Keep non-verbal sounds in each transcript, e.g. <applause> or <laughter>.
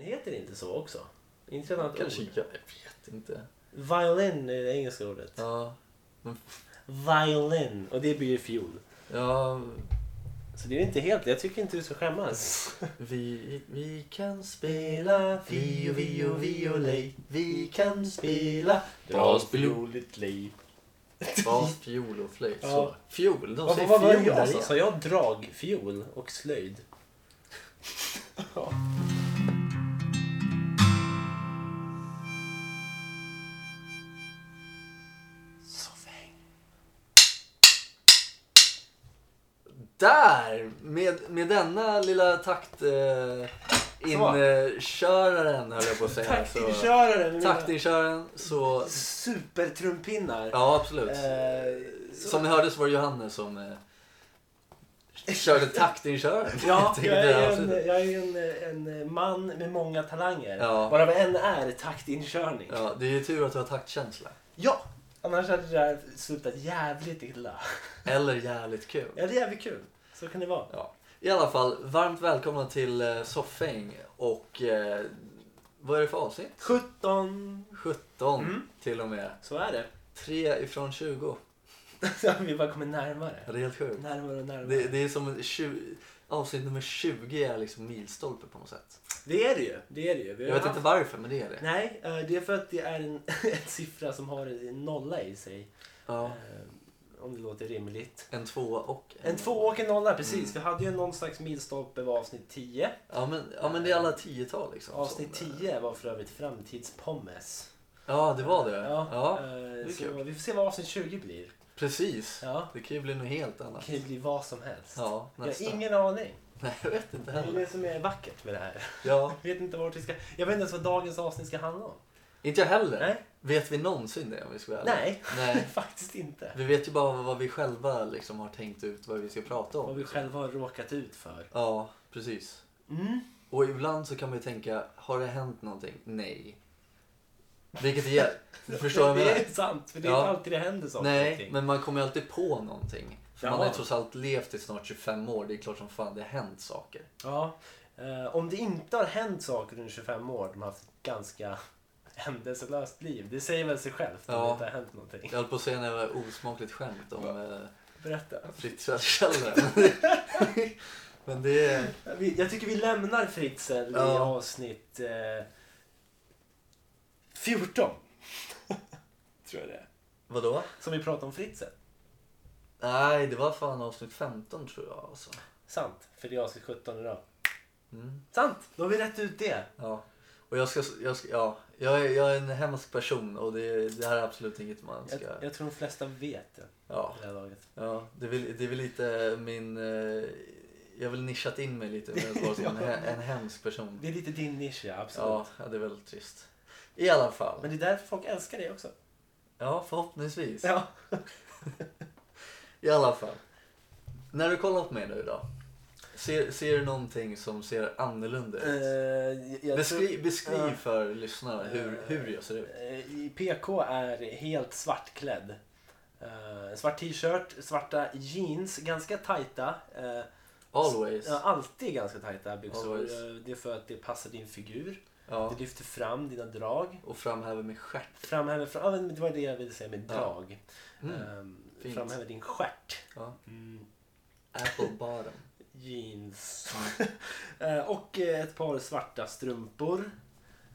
heter inte så också? Intressant Kanske ord. jag, jag vet inte. Violin är det engelska ordet. Ja, Violin. Och det blir ju fiol. ja Så det är inte helt... Jag tycker inte du ska skämmas. vi, vi kan spela Vio, vio, violej. Vi kan spela spioligt liv. Bas, <laughs> fiol och flöjt. Ja. Så. Fiol, de Vad säger vad var fiol jag? där Alltså? Sa igen. jag dragfiol och slöjd? Ja. Soffhäng. Där! Med, med denna lilla takt... Eh, Inköraren höll jag på att säga. så- Taktinköraren. Taktinköraren. Så... Supertrumpinnar. Ja, absolut. Eh, så- Som ni hörde så var det Johannes som eh, körde taktinköraren. <laughs> Ja, tänkte jag det här är, en, avsnittet. jag är en, en man med många talanger. Ja. Varav en är taktinkörning. Ja. Ja, det är ju tur att du har taktkänsla. Annars hade det där slutat jävligt illa. Eller jävligt kul. Ja, det är jävligt kul. Så kan det vara. Ja. I alla fall, varmt välkomna till eh, Soffäng och eh, vad är det för avsnitt? 17. 17 Mm. till och med. Så är det. <laughs> 3 ifrån 20. Vi bara kommer närmare. Ja, det är helt sjukt. Närmare och närmare. Det, Det, det är som en 20, avsnitt nummer 20 är liksom milstolpe på något sätt. är det ju. Det är det ju. Vi har Jag vet haft- inte varför men det är det. Nej, eh, det är för att det är en, <laughs> en siffra som har en nolla i sig. Ja, Eh, Om det låter rimligt. en tvåa och En två och en nolla, precis. Vi hade ju någon slags milstolpe vid avsnitt 10. Ja men, ja men det är alla tiotal liksom. Avsnitt som, eh, 10 var för övrigt framtidspommes. Ja, det var det. Ja, Ja, eh, är så kul. vi får se vad avsnitt 20 blir. precis. Ja. Det kan ju bli något helt Det annat. kan ju bli vad som helst. Ja, jag har nästa. ingen aning. Nej, jag vet inte Det är heller. det som är vackert med det här. Ja, Jag vet inte, vart vi ska... jag vet inte ens vad dagens avsnitt ska handla om. inte jag heller. Nej. Vet vi någonsin det om vi ska vara ärliga? Nej, Nej. faktiskt inte. Vi vet ju bara vad vi själva liksom har tänkt ut vad vi ska prata Vad om. vi själva har råkat ut för. Ja, precis. Mm. Och ibland så kan man ju tänka, har det hänt någonting? Nej. Vilket är... Du förstår vad jag <laughs> det menar? är sant, för det är Ja. inte alltid det händer saker och Nej, ting. men man kommer ju alltid på någonting. För man Jaha. har ju trots allt levt i snart 25 år. Det är klart som fan det har hänt saker. Ja. Eh, om det inte har hänt saker under 25 år, de har haft ett ganska <laughs> händelselöst liv. Det säger väl sig självt om Ja. det inte har hänt någonting. Jag höll på att säga när jag var osmakligt skämt om eh, Berätta. Fritzl-källaren. <laughs> Men <laughs> det är... Vi- Jag tycker vi lämnar Fritzl i Ja. avsnitt eh, 14. <laughs> Tror jag det är. Vadå? Som vi pratade om Fritzl. Nej, det var fan avsnitt 15 tror jag. Alltså. Sant, för det är avsnitt 17 idag. Mm. Sant, då har vi rätt ut det. Ja. Och jag ska... Jag, ska ja. jag, är, jag är en hemsk person och det, det här är absolut inget man ska... Jag, jag tror de flesta vet det Ja. vid det här laget. ja. Det, är väl, det är väl lite min... eh, Jag har väl nischat in mig lite med att vara som en, <laughs> he- en hemsk person. Det är lite din nisch, ja, absolut. Ja, ja, det är väldigt trist. I alla fall. Men det är därför folk älskar dig också. Ja, förhoppningsvis. Ja. I alla fall. När du kollar på mig nu då. Ser, ser du någonting som ser annorlunda Eh, ut? Beskri, beskriv Ja. för lyssnarna hur, hur jag ser ut. Eh, I PK är helt svartklädd. Eh, svart t-shirt, svarta jeans, ganska tajta. eh, Always. Ja, alltid ganska tajta byxor. Always. Eh, Det är för att det passar din figur. Ja. Det lyfter fram dina drag. Och framhäver min stjärt. Framhäver, fram, ja, men det var det jag ville säga med Ja. drag. Mm. Ehm, fint. framhäver din stjärt. Ja. Mm, Apple bottom. <laughs> jeans. Eh, och eh, ett par svarta strumpor.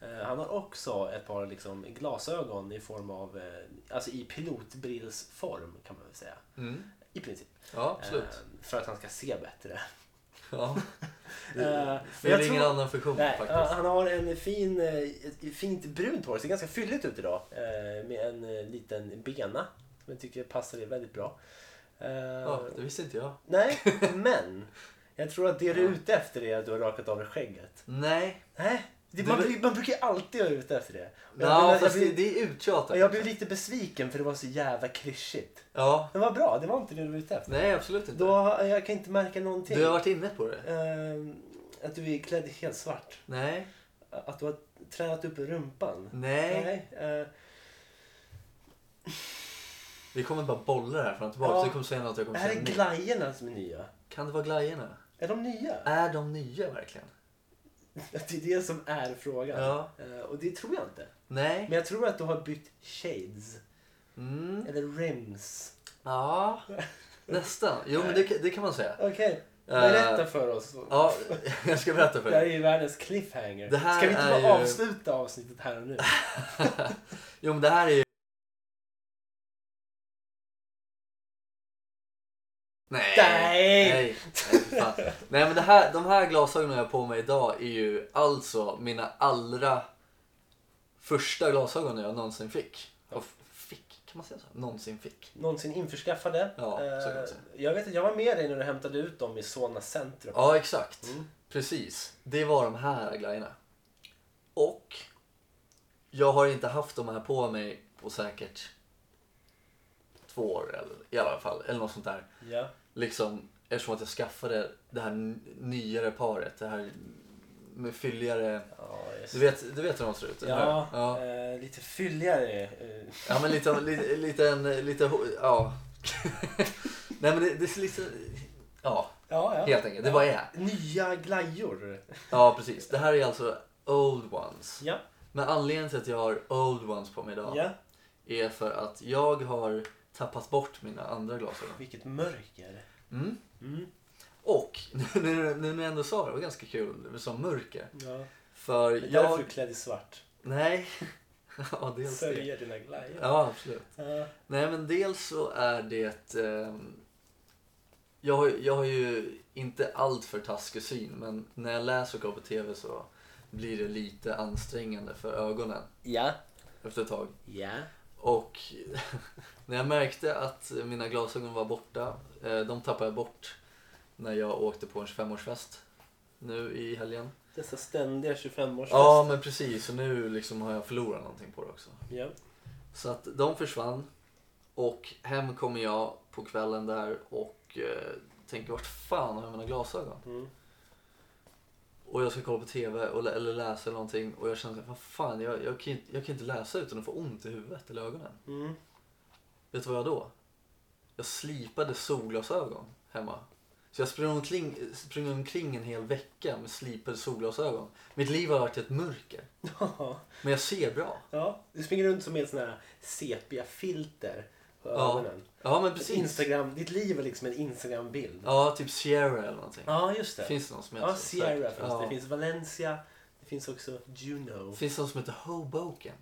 Eh, Han har också ett par liksom glasögon i form av, eh, alltså i pilotbrillsform kan man väl säga. Mm. I princip. Ja, absolut. Eh, För att han ska se bättre. Ja. Eh, Det men jag fyller ingen tror- annan funktion Nej, faktiskt. Han har en fin, eh, ett fint brunt hår, ser ganska fylligt ut idag. eh, Med en eh, liten bena som jag tycker passar dig väldigt bra. Eh, Ja, det visste inte jag. <laughs> Nej, men jag tror att det du är Ja. ute efter är att du har rakat av dig skägget. Nej. Nej, det, Du man, vill- bru- man brukar ju alltid vara ute efter det. Och jag, Ja, jag, fast jag, det, blev, det är uttjatat. jag blev lite besviken för det var så jävla klyschigt. Ja. Men vad bra, det var inte det du var ute efter. Nej, absolut inte. Då, har- jag kan inte märka någonting. Du har varit inne på det. Eh, att du är klädd helt svart. Nej. Att du har tränat upp rumpan. Nej. eh, Vi kommer bara bolla det här fram och tillbaka. Ja. Du kommer säga något det jag kommer här säga är nej. glajjorna som är nya. Kan det vara glajjorna? Är de nya? Är de nya verkligen? Det är det som är frågan. Ja. Eh, Och det tror jag inte. Nej. Men jag tror att du har bytt shades. Mm. Eller rims. <laughs> Ja, nästan. Jo, men det, kan- det kan man säga. Okej, berätta för oss. Eh, Ja, <laughs> jag ska berätta för Det här dig. <laughs> är ju världens cliffhanger. Det här Ska vi inte är bara ju- avsluta avsnittet här och nu? Jo, men det här är ju... Nej. Nej! Nej, nej, fan. nej men det här, de här glasögonen jag har på mig idag är ju alltså mina allra första glasögon jag någonsin fick. Och fick, kan man säga så? Någonsin fick. Någonsin införskaffade. Ja, så kan man Eh, säga. jag vet att jag var med dig när du hämtade ut dem i Solna centrum. Ja, exakt. Mm. Precis. Det var de här grejerna. Och jag har inte haft de här på mig på säkert två år eller, i alla fall, eller något sånt där. Ja. liksom, eftersom att jag skaffade det här n- nyare paret, det här med fylligare... Ja, just. Du vet, du vet hur de ser ut? eller hur? ja, ja. eh, lite fylligare. eh, ja men lite, lite, lite en, lite, ho- ja. <laughs> Nej men det, det är lite, ja, ja, ja. helt enkelt. Det bara är. Nya glajjor. Ja, precis. Det här är alltså old ones. Ja. Men anledningen till att jag har old ones på mig Ja. idag är för att jag har tappat bort mina andra glasögon. Vilket mörker. Mm. Mm. Och, <laughs> nu nu- nu när jag ändå sa det, det var ganska kul, som mörker. Ja. För Det är jag... därför du är klädd i svart. Nej. <laughs> ja, dels det. Sörjer dina glajjor. Ja, absolut. Ja. Nej, men dels så är det... ehm, jag, har, jag har ju inte allt för taskig syn, men när jag läser och går på TV så blir det lite ansträngande för ögonen Ja. efter ett tag. Ja. Och <laughs> när jag märkte att mina glasögon var borta, eh, de tappade jag bort när jag åkte på en 25-årsfest nu i helgen. Dessa ständiga 25-årsfester. Ja, men precis. Och nu liksom har jag förlorat någonting på det också. Ja. Så att de försvann och hem kommer jag på kvällen där och eh, tänker vart fan har jag mina glasögon? Mm. Och jag ska kolla på TV och, lä- eller läsa eller någonting och jag känner såhär, vad fan jag, jag, kan ju, inte- jag kan ju inte läsa utan att få ont i huvudet eller ögonen. Mm. <laughs> Vet du vad jag då? Jag slipade solglasögon hemma. Så jag sprang omkring, sprang omkring en hel vecka med slipade solglasögon. Mitt liv har varit ett mörker. Ja. Men jag ser bra. ja. Du springer runt som med ett sån här sepia-filter på Ja, ögonen. Ja men Ett precis. Instagram, ditt liv är liksom en Instagram-bild. Ja, typ Sierra eller någonting. Ja, just det. Finns det någon som heter ja, så? Sierra Säkert. finns Ja. det. Det finns Valencia. Det finns också <laughs> Juno. Finns det någon som heter Hoboken?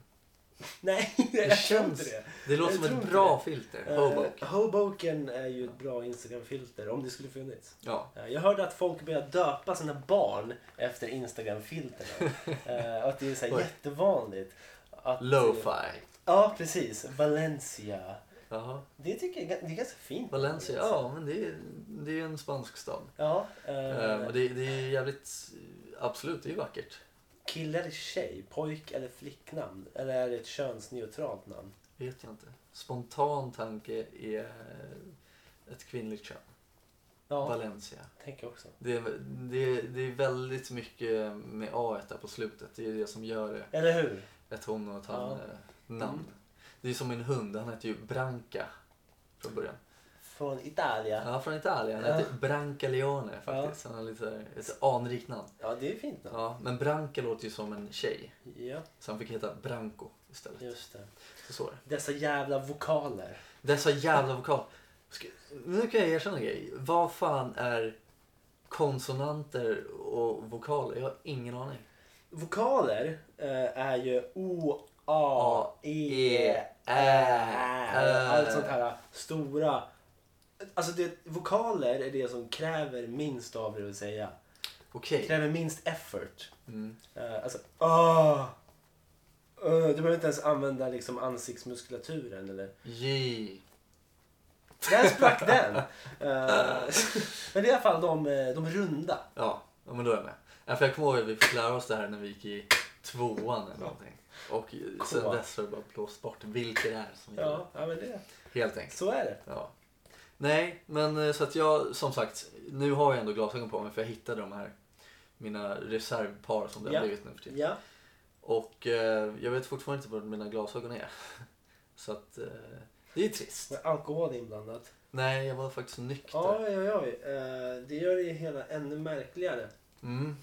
Nej, jag tror inte det. Det låter Jag som tror ett inte bra det. filter. Eh, Hoboken. Hoboken är ju ett bra Instagram-filter, om det skulle funnits. Ja. Eh, Jag hörde att folk börjar döpa sina barn efter <laughs> Instagram-filterna. Eh, och att det är så här Oj. jättevanligt. Att, Lo-fi. Ja, precis. Valencia. Jaha. Det tycker jag är ga- det är ganska fint. Valencia. Ja, men det är, det är ju en spansk stad. Ja, Eh, eh, Men det, det är ju jävligt... Absolut, det är ju vackert. Kille eller tjej? Pojk eller flicknamn? Eller är det ett könsneutralt namn? Vet jag inte. Spontan tanke är eh, ett kvinnligt kön. Ja, Valencia. tänker jag också. Det är, det, är, det är väldigt mycket med A där på slutet. Det är det som gör det. Eller hur? Ett hon och ett han Ja. eh, namn. Det är som min hund. Han heter ju Branca från början. Från Italia. Ja, från Italien. Han heter Branca Leone faktiskt. Han har lite, ett anrikt namn. Ja, det är fint namn. Ja, men Branca låter ju som en tjej. Ja, Så han fick heta Branco istället. just det. Så så är det. Dessa jävla vokaler. Dessa jävla vokal. Ska, nu kan jag erkänna en grej. Vad fan är konsonanter och vokaler? Jag har ingen aning. Vokaler eh, är ju O, A, E, Ä, Ä. Ä. Allt sånt här stora. Alltså det, vokaler är det som kräver minst av det, vill säga. Okej. Kräver minst effort. Mm. Eh, alltså, ah, Eh, Du behöver inte ens använda liksom ansiktsmuskulaturen eller... J. Där sprack <laughs> den! Eh, men det är i alla fall de, eh, de runda. Ja, ja, men då är jag med. Ja, för jag kommer ihåg att vi fick lära oss det här när vi gick i tvåan eller någonting. Och sen Kåa. dess har det bara blåst bort vilka det är som gäller. Ja, ja men det, Helt enkelt. så är det. Ja. Nej, men eh, så att jag som sagt, nu har jag ändå glasögon på mig för jag hittade de här mina reservpar som det Ja. har blivit nu för tiden. Ja. Och eh, jag vet fortfarande inte vad mina glasögon är. <laughs> Så att eh, det är trist. Med alkohol inblandat. Nej, jag var faktiskt nykter. Oj, oj, oj. Eh, Det gör det ju hela ännu märkligare. Mm.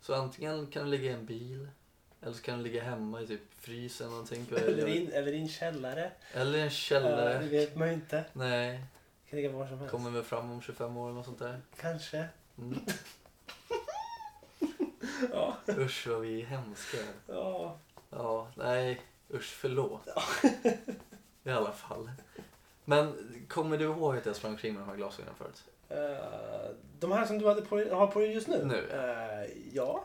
Så antingen kan det ligga i en bil, eller så kan det ligga hemma i typ frysen eller någonting. Eller in, eller in källare. eller i en Eh, källare. Det vet man ju inte. Nej, Det kan ligga var som helst. kommer väl fram om 25 år eller något sånt där. Kanske. <laughs> Mm. Ja. Usch vad vi är hemska. ja. Ja, nej. Usch, förlåt. I alla fall. Men kommer du ihåg att jag sprang omkring med de här glasögonen förut? Eh, de här som du hade på, har på dig just nu? Nu. Eh, ja.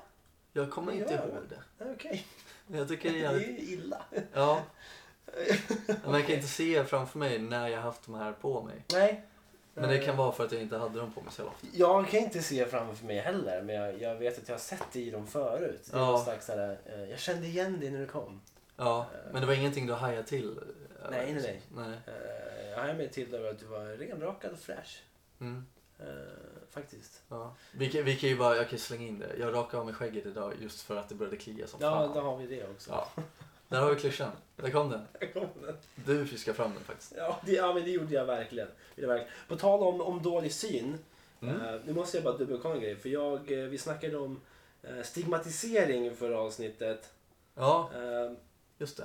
Jag kommer Det inte gör ihåg det. Nej, Okej. Men jag tycker Det jag... är ju illa. <laughs> Ja. Men jag kan inte se framför mig när jag haft de här på mig. Nej. Men det Eh, kan vara för att jag inte hade dem på mig så jävla ofta. Jag kan inte se framför mig heller, men jag, jag vet att jag har sett det i dem förut. Det är Ja. någon slags sådär, eh, jag kände igen dig när du kom. Ja, men det var ingenting du hajade till? eh, Nej, nej, nej. nej. Eh, jag har mig till över att du var renrakad och fräsch. Mm, Eh, faktiskt. ja. vi, kan, vi kan ju bara, jag kan ju slänga in det. Jag rakade av mig skägget idag just för att det började klia som Ja, fan. då har vi det också. Ja. Där har vi klyschan. Där kom den. Du fiskar fram den faktiskt. Ja, det, ja, men det gjorde jag verkligen. Det gjorde jag verkligen. På tal om, om dålig syn. Mm. eh, nu måste jag bara dubbelkolla en grej. För jag, eh, vi snackade om eh, stigmatisering i förra avsnittet. Ja, Eh, just det.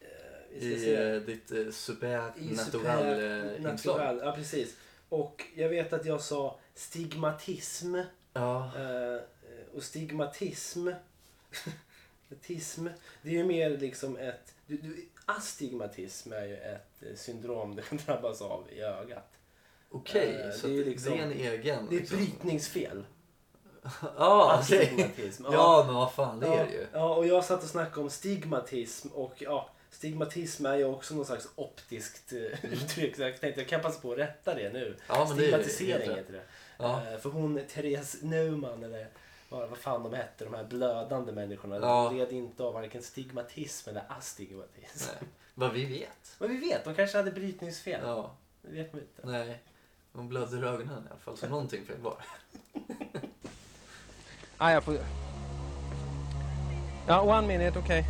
eh, vi ska I se. eh, ditt eh, I supernatural super- eh, inslag. natural, ja precis. Och jag vet att jag sa stigmatism. Ja, eh, Och stigmatism. <laughs> Tism. Det är ju mer liksom ett... Du, du, astigmatism är ju ett eh, syndrom du kan drabbas av i ögat. okej. Eh, så det är det ju är, liksom- det är en egen... Det är ett liksom. brytningsfel. Ja, okej. Astigmatism. Ja, men vad fan, det ja, är det ju. ja, och jag satt och snackade om stigmatism och ja, stigmatism är ju också någon slags optiskt eh, <laughs> uttryck. Så jag tänkte jag kan passa på att rätta det nu. Ja, men det är ju helt Stigmatisering rätt. heter det. Ja. Eh, För hon, Therese Neumann eller vad vad fan de hette, de här blödande människorna. Ja. De led inte av varken stigmatism eller astigmatism. Nej. Vad vi vet. Men vi vet, de kanske hade brytningsfel. Ja, Det vet man inte. nej. Hon blödde ur ögonen i alla fall, så någonting fel var. Ah, jag får... Ja, one minute, okej.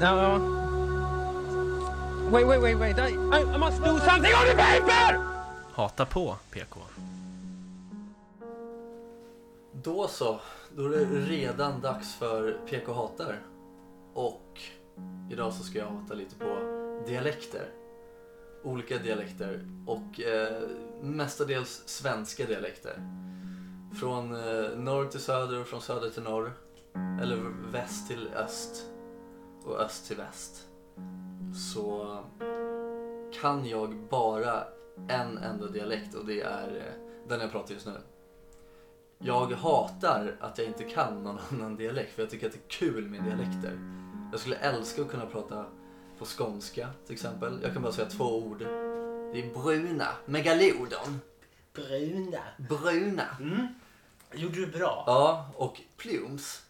Ja, ja. Wait, wait, wait, wait. I, I, I must do something on the paper! Hata på PK. Då så, då är det redan dags för PK hatar. Och idag så ska jag hata lite på dialekter. Olika dialekter och eh, mestadels svenska dialekter. Från eh, norr till söder och från söder till norr. Eller väst till öst. Och öst till väst. Så kan jag bara en enda dialekt och det är eh, den jag pratar just nu. Jag hatar att jag inte kan någon annan dialekt för jag tycker att det är kul med dialekter. Jag skulle älska att kunna prata på skånska till exempel. Jag kan bara säga två ord. Det är bruna, megalodon, Bruna. bruna. Mm. Gjorde du bra. Ja, och plums.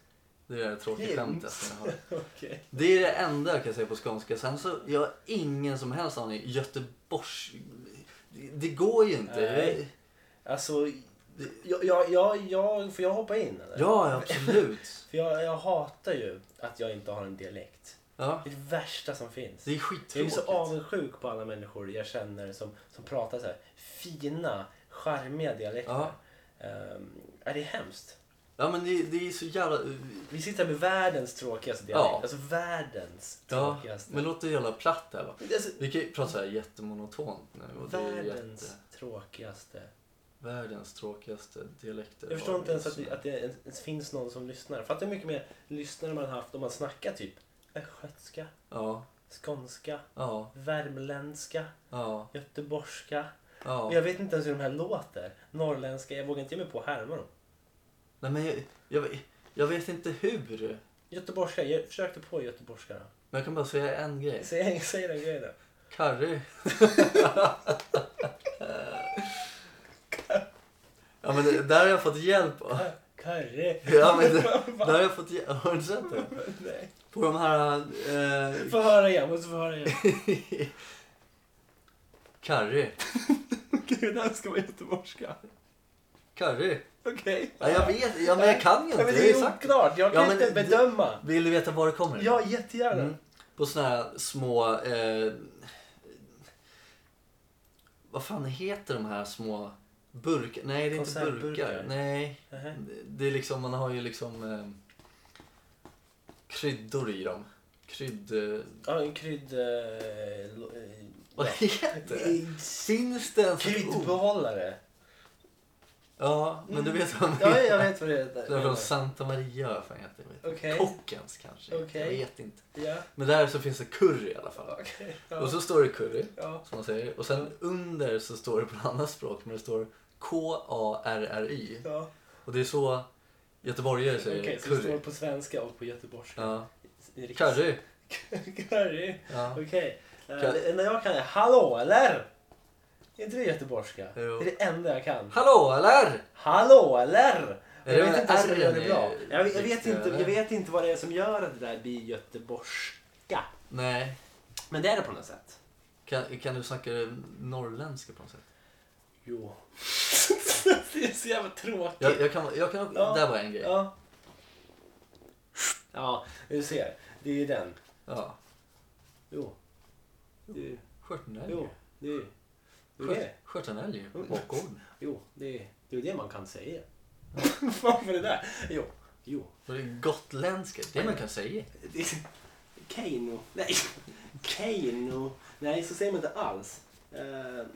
Det är det tråkiga Plums. skämtet som jag har. <laughs> Okej. Det är det enda jag kan säga på skånska. Sen så, jag har ingen som helst aning. Göteborgs... Det, det går ju inte. Nej. Alltså, jag, jag, jag, jag, får jag hoppa in eller? Ja, absolut. För jag, jag hatar ju att jag inte har en dialekt. Ja, Det är det värsta som finns. det Jag är är skittråkigt. så avundsjuk på alla människor jag känner som, som pratar så här fina, charmiga dialekter. Ja. Ehm, är det är hemskt. Ja, men det, det är så jävla... Vi sitter här med världens tråkigaste dialekt. Ja. Alltså världens Ja, tråkigaste. men låt det jävla platt där va. Alltså, Vi kan ju prata så här jättemonotont nu och det är världens jätte, tråkigaste. världens tråkigaste dialekter. Jag förstår har inte vi ens att just det, nu. att det ens finns någon som lyssnar. Fattar hur mycket mer lyssnare man haft om man snackar typ östgötska, Ja, skånska, ja, värmländska, ja, göteborgska. ja. Och jag vet inte ens hur de här låter. Norrländska, jag vågar inte ge mig på att härma dem. Nej men jag, jag, jag vet inte hur. Göteborgska, jag försökte på göteborgska då. Men jag kan bara säga en grej. <laughs> Säg, säg den grejen då. Curry. <laughs> ja men det, där har jag fått hjälp av. <laughs> Curry. Ja men det, där har jag fått hjälp. Har du sett det? Nej. På de här... Eh, <laughs> Få höra igen, måste få höra igen. <laughs> curry. Gud, det här ska vara göteborgska. Curry. Okej. Ja, jag vet, ja, men jag kan ju Ja, inte. men Jag har det ju är sagt oklart, jag Ja, kan men inte det- bedöma. Vill du veta var det kommer? Ja, jättegärna. Mm. På såna här små... Eh, vad fan heter de här små Burkar? Nej, det är inte Konservburkar. burkar. Nej, Nähä. det är liksom, man har ju liksom eh, kryddor i dem. Krydd... Eh, Ja, en krydd... Eh, lo- eh, vad ja. heter det? Finns det ens ett ord? Kryddbehållare. Ja, men du vet vad man Ja, jag vet vad det heter. Det är från Santa Maria, vad fan heter det? Okej. Kockens kanske? Okej. Jag vet inte. Ja, Men där så finns det curry i alla fall. okej. Ja. Och så står det curry. ja. som man säger. Och sen under så står det på ett annat språk, men det står K-A-R-R-Y. ja. Och det är så göteborgare säger Okej, så det curry. står på svenska och på göteborgska. Ja. I riks- Curry. <laughs> Curry. Ja. Okej. Eh, Kör. Det enda jag kan är hallå eller? Är inte det göteborgska? Jo. Det är det enda jag kan. Hallå eller? Hallå eller? Jag Är det vet inte ens om jag gör det R-en bra. i- Jag, jag, vet riktiga, inte, jag eller? vet inte vad det är som gör att det där blir göteborgska. Nej. Men det är det på något sätt. Kan, kan du snacka norrländska på något sätt? Jo. <laughs> det är så jävla tråkigt. Jag, jag kan, jag kan, Ja. Där var en grej. Ja. Ja, du ser. Det är ju den. Ja. Jo. Det är, Stjörtenälg. jo, det är, det är det. Mm. Stjörtenälg. Bockord. Jo, det är, det är det man kan <laughs> säga. Varför det där? Jo, jo. Och det är gotländska. Det man kan säga. Det är- Keino. Nej, Keino. Nej, så säger man inte alls. Eh, jag-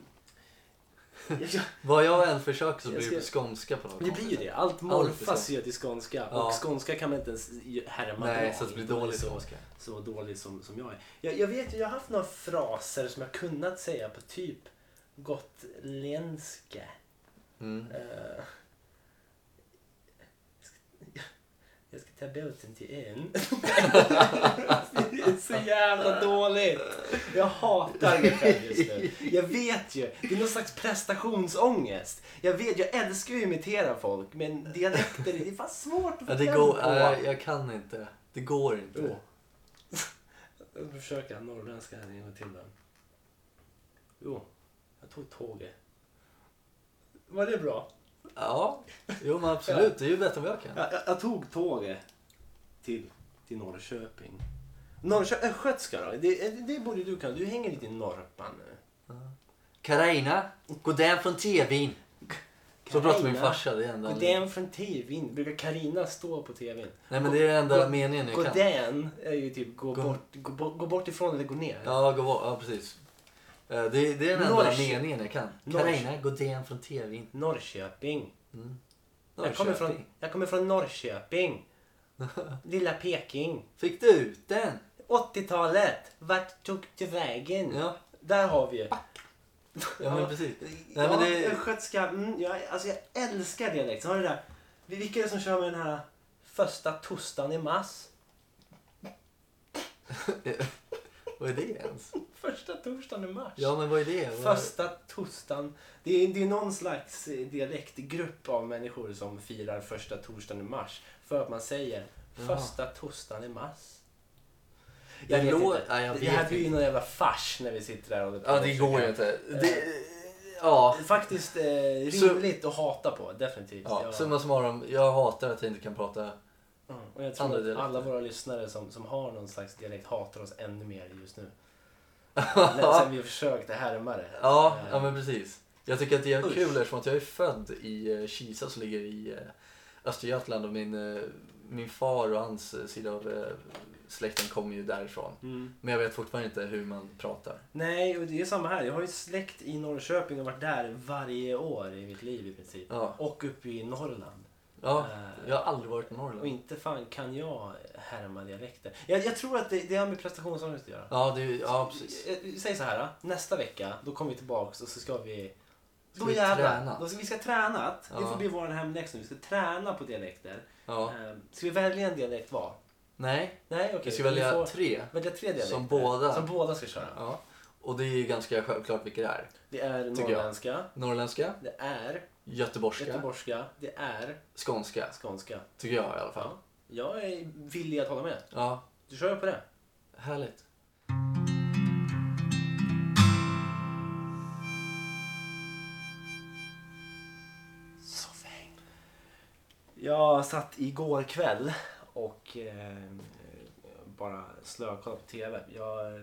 jag- Vad jag än försöker så Jag blir det ska- skånska på något det blir ju det. Allt morfas ju till skånska. Ja. Och skånska kan man inte ens härma Nej, bra. så att det blir Då är dålig så- skånska. så dålig som, som jag är. Jag, jag vet ju, jag har haft några fraser som jag kunnat säga på typ gotländska. Mm. Eh, jag, ska, jag ska ta båten till ön. <laughs> det är så jävla dåligt. Jag hatar mig själv just nu. Jag vet ju, det är någon slags prestationsångest. Jag vet, jag älskar ju att imitera folk men dialekter, det är fan svårt att få Ja, det kläm går, på. nej, jag kan inte. Det går inte. Jo. Jag försöker norrländska här en gång till då. Jo, jag tog tåget. Var det bra? Ja, jo men absolut. Det är ju bättre än vad jag kan. Jag, jag, jag tog tåget till, till Norrköping. Norrköping, östgötska då? Det, eh, det borde du kunna. Du hänger lite i Norrpan nu. Karina, god dag från TVn. Så pratar min Carina, farsa. Det är enda Godän från tvn. Brukar Karina stå på tvn? Nej men det är den enda meningen jag kan. Godän är ju typ gå, Gå- Bort, gå, bort- gå bort ifrån eller gå ner. Ja, gå bort. Ja, precis. Eh, Det, det är den enda Norrköp- meningen jag kan. Norrköp- Karina, god dag från TVn. Norrköping. Jag Norrköping. kommer, från, jag kommer från <laughs> Norrköping. Lilla Peking. Fick du ut den? 80-talet. Vart tog du vägen? Ja, <laughs> Där har vi ju. ja men precis. Ja, Nej, men det- östgötska. Mm, jag, alltså jag älskar dialekt. Sen har du det där. vi- Vilka är det som kör med den här första tostan i mass? Vad är det ens? Första torsdagen i mars? Ja, men vad är det? Vad- Första torsdagen. Det är, det är någon slags eh, dialektgrupp av människor som firar första torsdagen i mars. För att man säger Ja. första torsdagen i mars. Det Jag vet lå- inte. Nej, jag det här vet blir ju inte. någon jävla fars när vi sitter där och Ja, det går ju inte. Det, ja. Faktiskt eh, Så- rimligt att hata på, definitivt. ja. Jag- Summa summarum, jag hatar att jag inte kan prata Mm. Och jag tror Andra att dialekter. alla våra lyssnare som, som har någon slags dialekt hatar oss ännu mer just <laughs> nu. När- Sen vi försökte härma det. Ja, Eh, ja men precis. Jag tycker att det är Usch. kul eftersom att jag är född i eh, Kisa som ligger i eh, Östergötland och min, eh, min far och hans eh, sida av eh, släkten kommer ju därifrån. Mm. Men jag vet fortfarande inte hur man pratar. Nej, och det är samma här. Jag har ju släkt i Norrköping och varit där varje år i mitt liv i princip. Ja, Och uppe i Norrland. ja Eh, jag har aldrig varit i Och Norrland. inte fan kan jag härma dialekter. Jag, jag tror att det, det har med prestationsångest att göra. Ja, det, är- ja precis. Eh, Säg så här, nästa vecka då kommer vi tillbaks och så ska vi... Ska då vi jävlar, träna? Då ska, vi ska träna. att- Det Ja. får bli vår hemläxa nu. Vi ska träna på dialekter. Ja. Eh, Ska vi välja en dialekt var? Nej, Nej, okej. vi ska vi välja får tre. välja tre dialekter. Som båda- Som båda ska köra. Ja. Och det är ju ganska självklart vilka det är. Det är Tycker jag. norrländska, Norrländska, det är göteborgska, göteborgska, det är skånska. skånska. Tycker jag i alla fall. Ja. Jag är villig att hålla med. Ja, Du kör på det. härligt. Soffhäng. Jag satt igår kväll och eh, eh, bara slökollade på TV. Jag eh,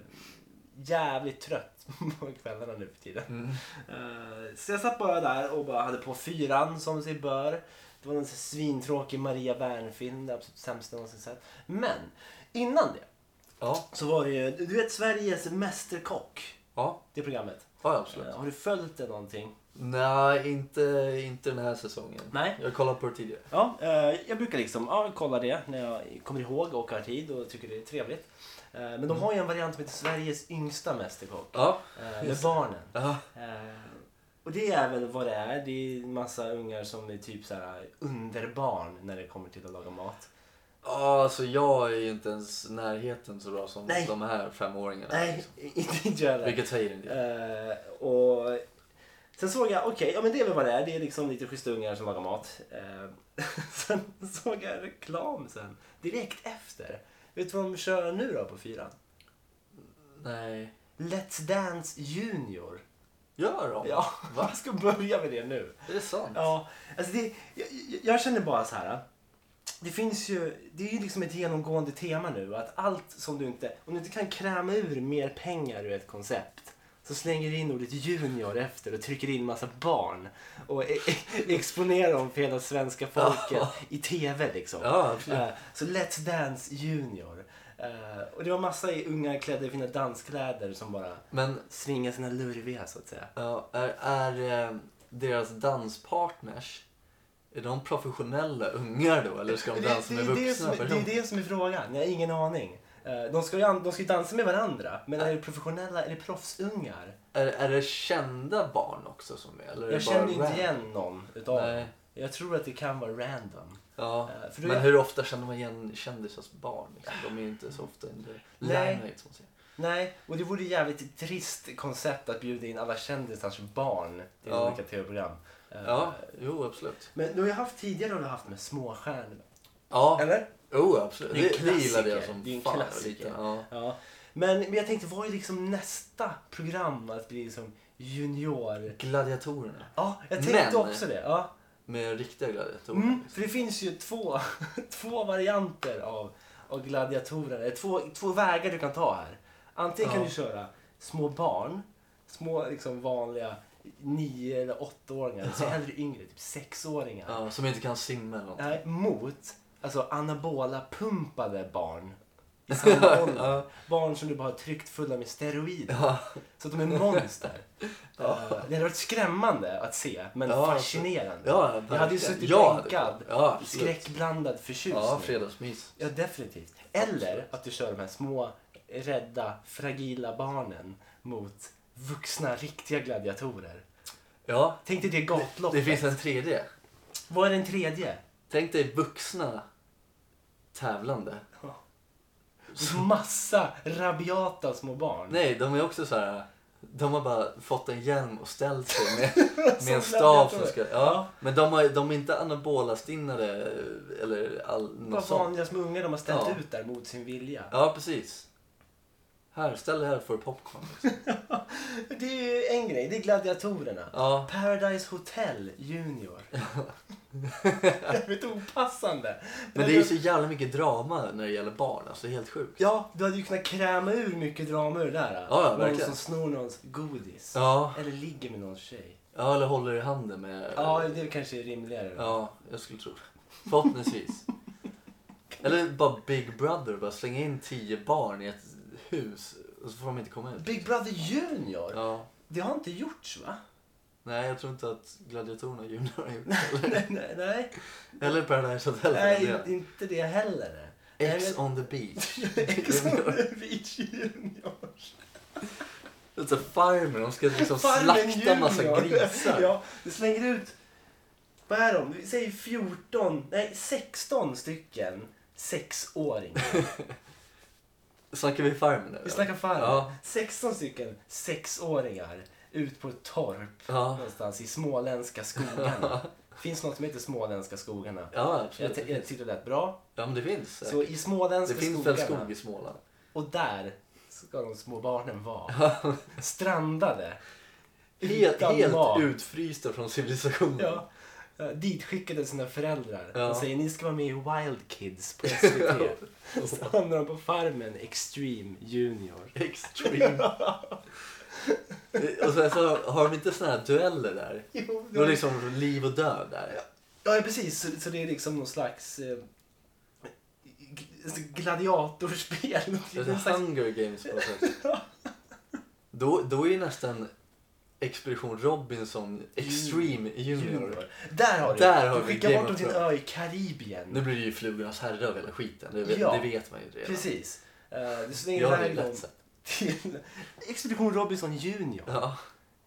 jävligt trött <laughs> på kvällarna nu för tiden. Mm. Eh, Så jag satt bara där och bara hade på fyran som sig bör. Det var en svintråkig Maria Wernfilm, det absolut sämsta jag någonsin sett. Men innan det Ja, så var det ju, du vet Sveriges Mästerkock, ja, det programmet. ja absolut. Eh, Har du följt det någonting? Nej, inte, inte den här säsongen. Nej. Jag kollade på det tidigare. Ja, eh, jag brukar liksom ja, kolla det när jag kommer ihåg och har tid och tycker det är trevligt. Eh, men de har ju en variant som heter Sveriges yngsta Mästerkock. Ja, Eh, med Just det. barnen. ja, Eh, och det är väl vad det är. Det är en massa ungar som är typ så här underbarn när det kommer till att laga mat. ja alltså jag är ju inte ens närheten så bra som Nej. de här femåringarna. <laughs> Nej, liksom. inte inte jag heller. Vilket säger en del. Eh, och sen såg jag, okej, ja men det är väl vad det är. Det är liksom lite schyssta ungar som lagar mat. Eh, <laughs> sen såg jag reklam sen, direkt efter. Vet du vad de kör nu då på fyran? Nej. Let's Dance Junior. Gör de? Ja, Va? jag ska börja med det nu. Är det sant? Ja, alltså det, jag, jag- jag känner bara så här. Det finns ju, det är ju liksom ett genomgående tema nu att allt som du inte, om du inte kan kräma ur mer pengar ur ett koncept så slänger du in ordet junior efter och trycker in massa barn och e- e- exponerar dem för hela svenska folket i TV liksom. Ja, absolut. Eh, Så Let's Dance Junior. Eh, Och det var massa unga klädda i fina danskläder som bara Men svingar sina lurviga så att säga. ja, är, är eh, deras danspartners, är de professionella ungar då? Eller ska de Det, dansa det, med det, är det, som, vuxna är- det personer? är det som är frågan. Jag har ingen aning. Eh, De ska ju, an- de ska ju dansa med varandra. Men är det professionella, är det proffsungar? Är, är det kända barn också som är? Eller är Jag det bara känner inte random? igen någon utav dem. Nej. Jag tror att det kan vara random. Ja, Eh, för då men är- hur ofta känner man igen kändisars barn? Liksom? De är ju inte så ofta in the Nej. limelight. som man säger. Nej, och det vore ett jävligt trist koncept att bjuda in alla kändisars barn till Ja. olika tv-program. Eh, Ja, jo absolut. Men du har ju haft tidigare har du haft med småstjärnor. Ja, Eller? jo oh, absolut. Det är en Det, det gillade jag klassiker. som Det är en fan. klassiker. Lite. Ja. Ja. Men, men jag tänkte, vad är liksom nästa program att bli liksom junior? Gladiatorerna. Ja, jag tänkte Men- också det. Ja. Med riktiga gladiatorer. Mm, för det finns ju två, <laughs> två varianter av, av gladiatorer. Eh, Två, två vägar du kan ta här. Antingen kan Ja. du köra små barn, små liksom vanliga nio eller åttaåringar, eller så hellre yngre, typ sexåringar. Ja, som inte kan simma eller något. Nej, mot alltså anabola pumpade <laughs> barn Alltså, i samma ålder. Ja. Barn som du bara har tryckt fulla med steroider. Ja. Så att de är <laughs> monster. Eh, Det hade varit skrämmande att se, men Ja, fascinerande. Ja, jag hade ju verkligen. suttit Jag hade bänkad, kunnat. Ja, absolut. skräckblandad förtjusning. Ja, fredagsmys. Ja, definitivt. Eller att du kör de här små, rädda, fragila barnen mot vuxna, riktiga gladiatorer. Ja, Tänk dig det gatloppet. det finns en tredje. Vad är den tredje? Tänk dig vuxna tävlande. Massa rabiata små barn. Nej, de är också så här. De har bara fått en hjälm och ställt sig <laughs> med, med en Som stav gladiatorer. som ska... Ja, men de, har, de är inte anabolastinnade eh, eller all, Vad något sånt. vanliga små ungar de har ställt Ja. ut där mot sin vilja. Ja, precis. Här, ställ dig här för popcorn. Liksom. Det är ju en grej, det är gladiatorerna. Ja, Paradise Hotel <laughs> Junior. Jävligt opassande. men det är ju så jävla mycket drama när det gäller barn. Alltså, det är helt sjukt. Ja, du hade ju kunnat kräma ur mycket drama ur det där. Ja, ja, någon verkligen. som snor någons godis. Ja, Eller ligger med någons tjej. ja eller håller i handen med... Ja, det kanske är rimligare. då. Ja, jag skulle tro det. Förhoppningsvis. Eller bara Big Brother, bara slänga in tio barn i ett hus och så får de inte komma ut. Big Brother Junior? Ja. Det har inte gjorts va? <laughs> Nej, jag tror inte att Gladiatorerna och Junior har gjort det. nej, nej, nej. Eller Paradise Hotel. nej, Nej, inte det heller. X on the <laughs> beach. Ex on the beach Junior. Alltså farmen, de ska liksom Farmen slakta en massa Junior. grisar. ja, du slänger ut, vad är de? Vi säger 14, nej 16 stycken sexåringar. Snackar vi farmen nu? Vi då? snackar farm. Ja. 16 stycken sexåringar ut på ett torp Ja, någonstans i småländska skogarna. Finns något som heter småländska skogarna? ja Jag, absolut. t- jag tyckte det lät bra. Ja, men det finns. Så i småländska det finns väl skogarna skog i Småland? och där ska de små barnen vara. Strandade. Helt, Utan helt mat. utfrysta från civilisationen. Ja. eh, ditskickade sina föräldrar. Ja. Han säger ni ska vara med i Wild Kids på SVT. Och så hamnar de på Farmen Extreme Junior. <laughs> Extreme. och sen så har de inte såna här dueller där. Jo, Det var liksom liv och död där. Ja, precis. Så, så det är liksom någon slags eh, g- gladiatorspel. Det är så här Hunger Games på <laughs> något sätt. Då, då är ju nästan Expedition Robinson Extreme Junior. Junior. Där har du! Där har du vi skickar Game bort dem of till en Thrones. ö i Karibien. Nu blir det ju Flugornas herre av hela skiten. Det, Ja. det vet man ju redan. Precis. Eh, Du slänger Jag hade iväg ju dem lätt sett. till Expedition Robinson Junior. Ja.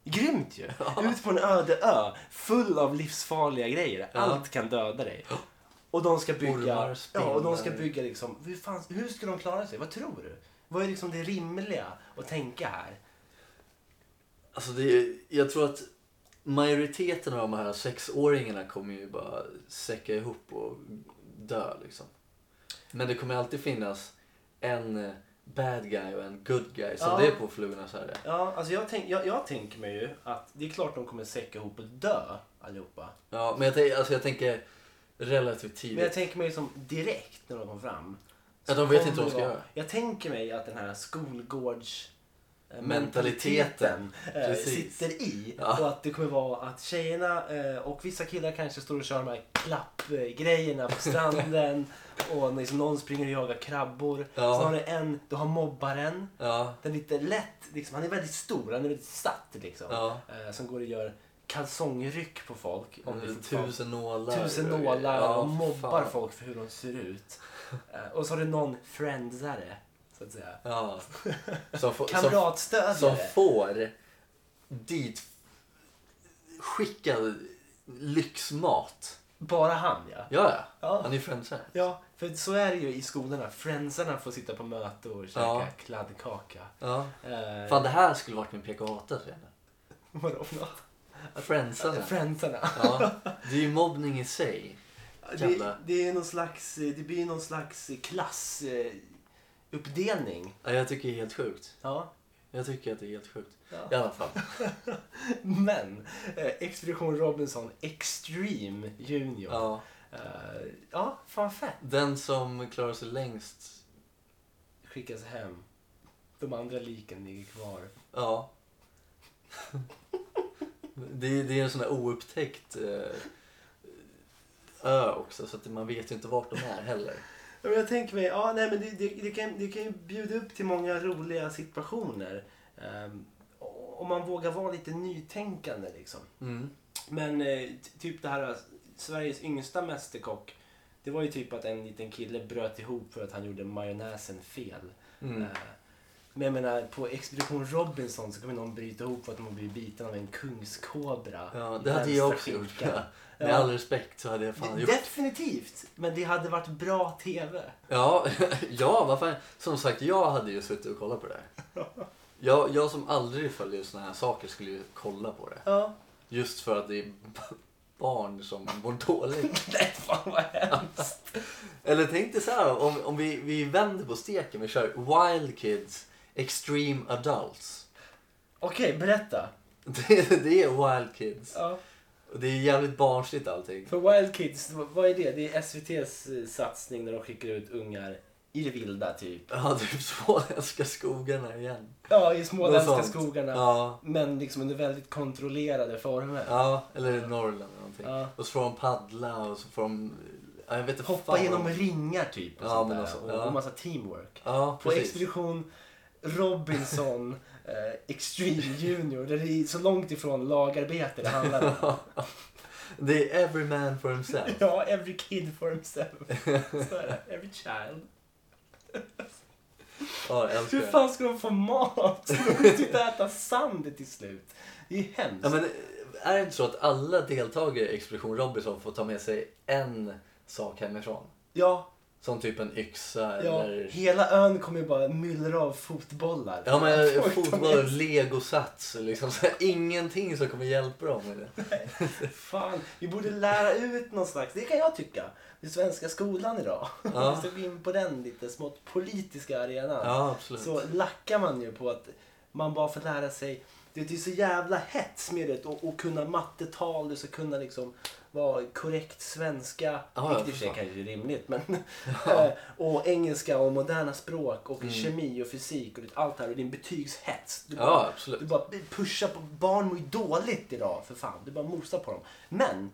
Grymt ju! Ut på en öde ö full av livsfarliga grejer. Ja. Allt kan döda dig. Och de ska bygga... Ormar, Ja, och de ska spindlar. bygga liksom... Hur, fan, hur ska de klara sig? Vad tror du? Vad är liksom det rimliga att tänka här? Alltså det är, jag tror att majoriteten av de här sexåringarna kommer ju bara säcka ihop och dö liksom. Men det kommer alltid finnas en eh, bad guy och en good guy som Ja. det är på Flugornas herre. Ja, alltså jag, tänk, jag, jag tänker mig ju att det är klart de kommer säcka ihop och dö allihopa. Ja, men jag, tänk, alltså jag tänker relativt Men jag tidigt. tänker mig liksom direkt när de kom fram. Ja, de så vet kommer inte vad de det ska vara- göra. Jag tänker mig att den här skolgårds... eh, Mentaliteten. eh, Precis. sitter i. Ja. Och att det kommer vara att tjejerna eh, och vissa killar kanske står och kör de här klappgrejerna på <laughs> stranden. och liksom någon springer och jagar krabbor. Ja. Så har du en, du har mobbaren. Ja, Den är lite lätt, liksom, han är väldigt stor, han är väldigt satt liksom. Ja. Eh, som går och gör kalsongryck på folk. Om Mm, det fortfarande- tusen nålar. tusen nålar Ja, och mobbar fan. folk för hur de ser ut. Eh, och så har du någon friendsare, så att säga. Ja. <laughs> Som, får, som, Kamratstödjare. som får dit skickad lyxmat. Bara han ja. Ja, Ja. ja. Han är ju frälsare. Ja, för så är det ju i skolorna. Friendsarna får sitta på möte och käka Ja. kladdkaka. Ja. Eh, Fan, det här skulle varit min PK-8 tror jag. <laughs> Vadå för något? Friendsarna. Friendsarna. Ja. Det är ju mobbning i sig. Det, Jävla. det, är någon slags, eh, det blir någon slags eh, klassuppdelning. Ja, jag tycker det är helt sjukt. Ja. Jag tycker att det är helt sjukt. Ja. <laughs> I alla fall. Men eh, Expedition Robinson Extreme Junior. Ja, Ja. ja fan fett. Den som klarar sig längst. Skickas hem. De andra liken ligger kvar. Ja. <laughs> Det är, det är en sån där oupptäckt eh, ö också så att man vet ju inte vart de är heller. Ja, men jag tänker mig, ja, nej, men det, det, det, kan, det kan ju bjuda upp till många roliga situationer. Ehm, om man vågar vara lite nytänkande liksom. Mm. Men eh, t- typ det här Sveriges yngsta mästerkock. Det var ju typ att en liten kille bröt ihop för att han gjorde majonnäsen fel. Mm. Eh, Men jag menar på Expedition Robinson så kommer någon bryta ihop för att de har blivit biten av en kungskobra. Ja, i det hade jag vänstra också gjort. skinkan. <laughs> Med Ja. all respekt så hade jag fan Det- gjort Definitivt! Men det hade varit bra TV. Ja, <laughs> ja vad fan. Som sagt, jag hade ju suttit och kollat på det här. <laughs> Jag, jag som aldrig följer såna här saker skulle ju kolla på det. Ja. Just för att det är barn som mår dåligt. <laughs> Nej, fan vad hemskt. Eller tänk dig så här, om, om vi, vi vänder på steken. Vi kör Wild Kids Extreme Adults. <laughs> Okej, berätta. Det, det är Wild Kids. Ja. Och det är jävligt barnsligt allting. För Wild Kids, v- vad är det? Det är SVTs eh, satsning när de skickar ut ungar i det vilda typ. Ja, typ småländska skogarna igen. Ja, i småländska Något sånt. skogarna. Ja. Men liksom under väldigt kontrollerade former. Ja, eller Norrland eller någonting. Ja. Och så får de paddla och så får de... Ja, jag vet inte Hoppa fan genom vad de- ringar typ. Och Ja, sånt men där. alltså, och, ja. och massa teamwork. Ja, På precis. Expedition Robinson <laughs> eh, Extreme Junior. Där det är så långt ifrån lagarbete det handlar om. <laughs> Det är every man for himself. <laughs> Ja, every kid for himself. <laughs> Så är det. Every child. Ja, jag älskar Hur det. fan ska de få <laughs> mat? De kommer sitta och äta sand till slut. Det är ju hemskt. Ja, men är det inte så att alla deltagare i Expedition Robinson får ta med sig en sak hemifrån? ja, Som typ en yxa ja. eller... Hela ön kommer ju bara myllra av fotbollar. Ja men Folk tar med fotboll, sig- legosats liksom. Så här, ingenting som kommer hjälpa dem med det. <laughs> Fan, vi borde lära ut någon slags, det kan jag tycka, den svenska skolan idag. Ja. Om <laughs> vi ska gå in på den lite smått politiska arenan. Ja, absolut. så lackar man ju på att man bara får lära sig. Det är ju så jävla hets med det och, och kunna mattetal, du ska kunna liksom vad korrekt svenska, ja, vilket i och för för sig fan. kanske är rimligt, <laughs> men <laughs> eh, och engelska och moderna språk och kemi och fysik och lite allt det här och din betygshets. Du bara, Mm. Ja, absolut. du bara pushar på, barn mår ju dåligt idag för fan, du bara mosar på dem. Men,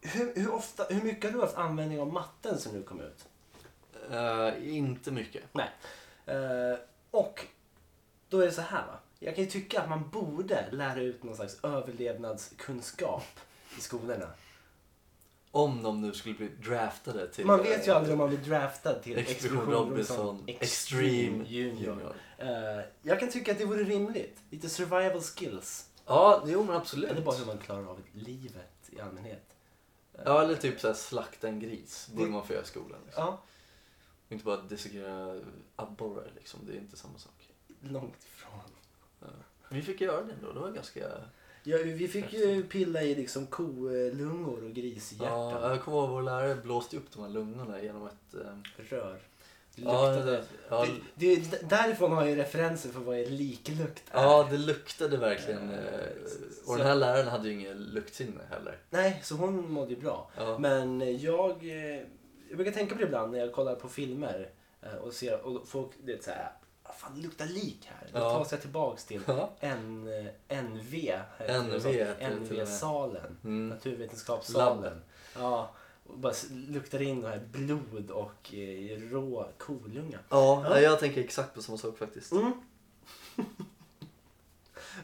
hur, hur, ofta, hur mycket har du haft användning av matten som nu kom ut? Eh, inte mycket. Nej. Eh, och då är det så här va. Jag kan ju tycka att man borde lära ut någon slags överlevnadskunskap i skolorna. Om de nu skulle bli draftade till... Man vet ju eh, aldrig om man blir draftad till Expedition Robinson Extreme Junior. Eh, jag kan tycka att det vore rimligt. Lite survival skills. Ja, jo men absolut. Eller bara hur man klarar av livet i allmänhet. Eh, Ja, eller typ såhär slakta en gris. Borde Det- man få göra i skolan. Liksom. Ja, Inte bara dissekera abborrar liksom. Det är inte samma sak. långt ifrån. Vi fick göra det ändå. Det var ganska... Ja, vi fick ju pilla i liksom kolungor och grishjärtan. Ja, eh, jag kommer ihåg vår lärare blåste upp de här lungorna genom ett... eh, Rör. Det Ja, luktade det- ja, Det, det, d- därifrån har jag ju referenser för vad är liklukt är. Ja, det luktade verkligen. Eh, eh, så- Och den här läraren hade ju inget luktsinne heller. Nej, så hon mådde ju bra. Ja. Men jag, eh, jag brukar tänka på det ibland när jag kollar på filmer eh, och ser och folk det är så här, "Ah, fan det luktar lik här. Då Ja. tas jag tillbaks till Ja. N, eh, NV, heter NV det så. heter det till och med. NV-salen, Mm. naturvetenskapssalen. Labben. Ja, och bara s- luktar in det här blod och eh, rå kolunga. Ja, Ja. jag tänker exakt på samma sak faktiskt. Mm.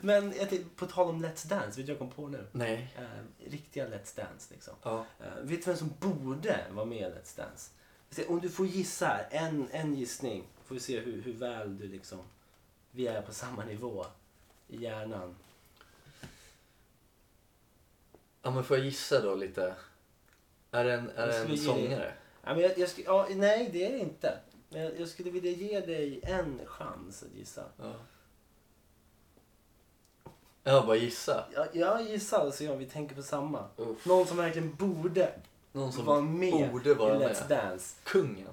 Men jag tänkte, på tal om Let's Dance, vet du vad jag kom på nu? Nej. Eh, riktiga Let's Dance liksom. Ja. Eh, vet du vem som borde vara med i Let's Dance? Vi ser, Om du får gissa här, en, en gissning. Får vi se hur, hur väl du liksom... Vi är på samma nivå i hjärnan. ja, men får jag gissa då lite? Är det en, är Jag det skulle en ge dig- sångare? Ja, men jag, jag skulle- ja, nej, det är det inte. Men jag, jag skulle vilja ge dig en chans att gissa. Ja. Ja, bara gissa. Jag, jag gissar och ser om vi tänker på samma. Uff. Någon som verkligen borde Någon som vara med borde vara i med. Let's Dance. <laughs> Kungen.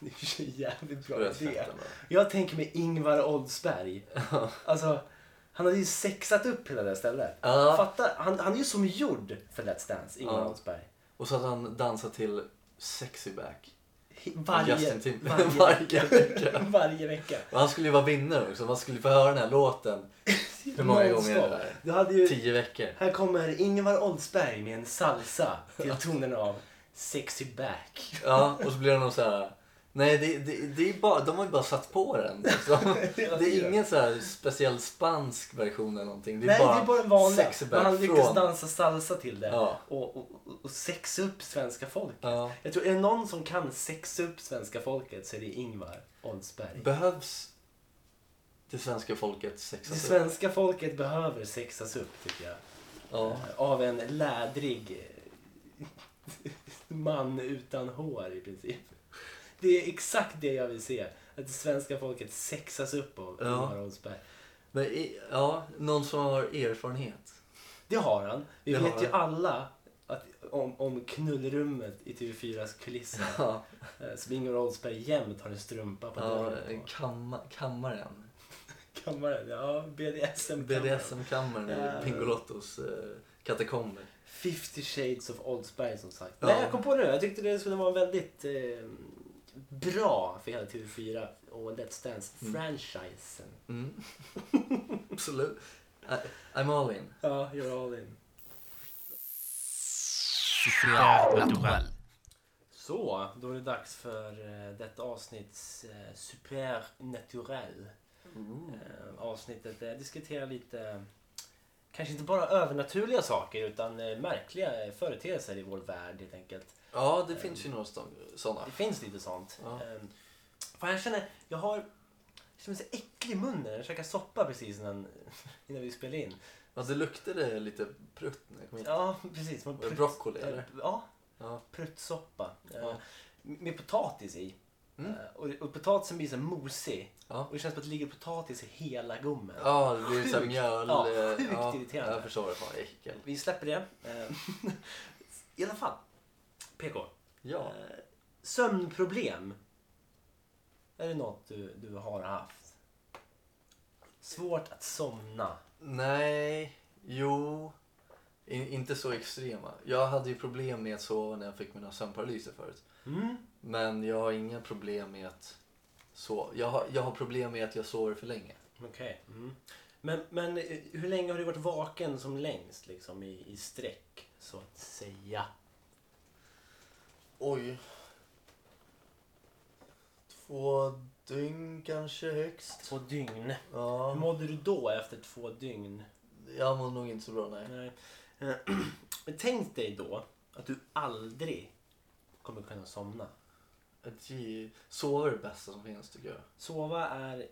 Det är i och för sig jävligt bra Tror jag idé. tvätten bara. Jag tänker mig Ingvar Oldsberg. <laughs> Alltså, han hade ju sexat upp hela det här stället. Ja. Fatta, han, han är ju som gjord för Let's Dance, Ingvar Ja. Oldsberg. Och så att han dansar till Sexy Back. He- Varje, Justin <laughs> Tim- varje, varje vecka. <laughs> varje vecka. Och han skulle ju vara vinnare också. Man skulle få höra den här låten hur många gånger är det där? Du hade ju, tio veckor. här kommer Ingvar Oldsberg med en salsa till tonen av Sexy Back. Ja, och så blir det någon så här. Nej, det, det, det är bara, de har ju bara satt <laughs> på den. Liksom. Hela Det är tiden. ingen så här speciell spansk version eller någonting. Det är Nej, bara, det är bara en vanlig. sexy Men back han lyckas från- dansa salsa till det Ja. och, och, och sexa upp svenska folket. Ja. Jag tror, är det någon som kan sexa upp svenska folket så är det Ingvar Oldsberg. Behövs det svenska folket det sexas upp? svenska folket behöver sexas upp, tycker jag. Eh, Ja. Av en lädrig eh, man utan hår, i princip. Det är exakt det jag vill se. Att det svenska folket sexas upp av Ja. Ingvar Oldsberg. Men, i- ja, någon som har erfarenhet. Det har han. Vi Det har vet ju han. alla att, om, om knullrummet i TV4s <laughs> kulisser. Ja, eh, Som Ingvar Oldsberg jämt har en strumpa på ja dörren. på. kamma, kammaren. Kammaren, ja. BDSM. BDSM-kammaren Ja. i Pingolottos eh, katakomber. 50 shades of Oldsberg som sagt. Ja. Nej, jag kom på det nu. Jag tyckte det skulle vara väldigt eh, bra för hela TV4 och Let's Dance-franchisen. <laughs> Mm. Absolut. I, I'm all in. Ja, you're all in. Så, då är det dags för eh, detta avsnitts eh, Supernatural. Eh, avsnittet där jag diskuterar lite, kanske inte bara övernaturliga saker utan eh, märkliga eh, företeelser i vår värld helt enkelt. Ja, det finns ju några stå- sådana. Det finns lite sånt. Ja. Eh, Fan, jag känner, jag har, jag känner mig så äcklig i munnen. Jag käkade soppa precis innan, <laughs> innan vi spelade in. Ja, det luktade lite prutt när jag kom hit. Ja, precis. Man Var det broccoli eller? Ja, Ja. pruttsoppa. eh, Ja. Med potatis i. Mm. Eh, Och, och potatisen blir så här mosig. Ja. Och det känns som att det ligger potatis i hela gommen. Ja, det blir såhär Sjukt. mjöl... Ja, eh, sjukt irriterande. Jag förstår det. Fan, äckel. Vi släpper det. Eh, <laughs> I alla fall. PK. Ja. Eh, Sömnproblem. Är det något du, du har haft? Svårt att somna. Nej. Jo. I- Inte så extrema. Jag hade ju problem med att sova när jag fick mina sömnparalyser förut. Mm. Men jag har inga problem med att sova. Jag har, jag har problem med att jag sover för länge. Okej. Mm. Men, men eh, hur länge har du varit vaken som längst liksom i, i sträck? Så att säga. Oj. Två dygn kanske högst. Två dygn. Hur Ja, mådde du då efter två dygn? jag mår nog inte så bra nej. Nej. Eh, <clears throat> Men tänk dig då att du aldrig kommer kunna somna. Att ge- Sova är det bästa som finns tycker jag. Sova är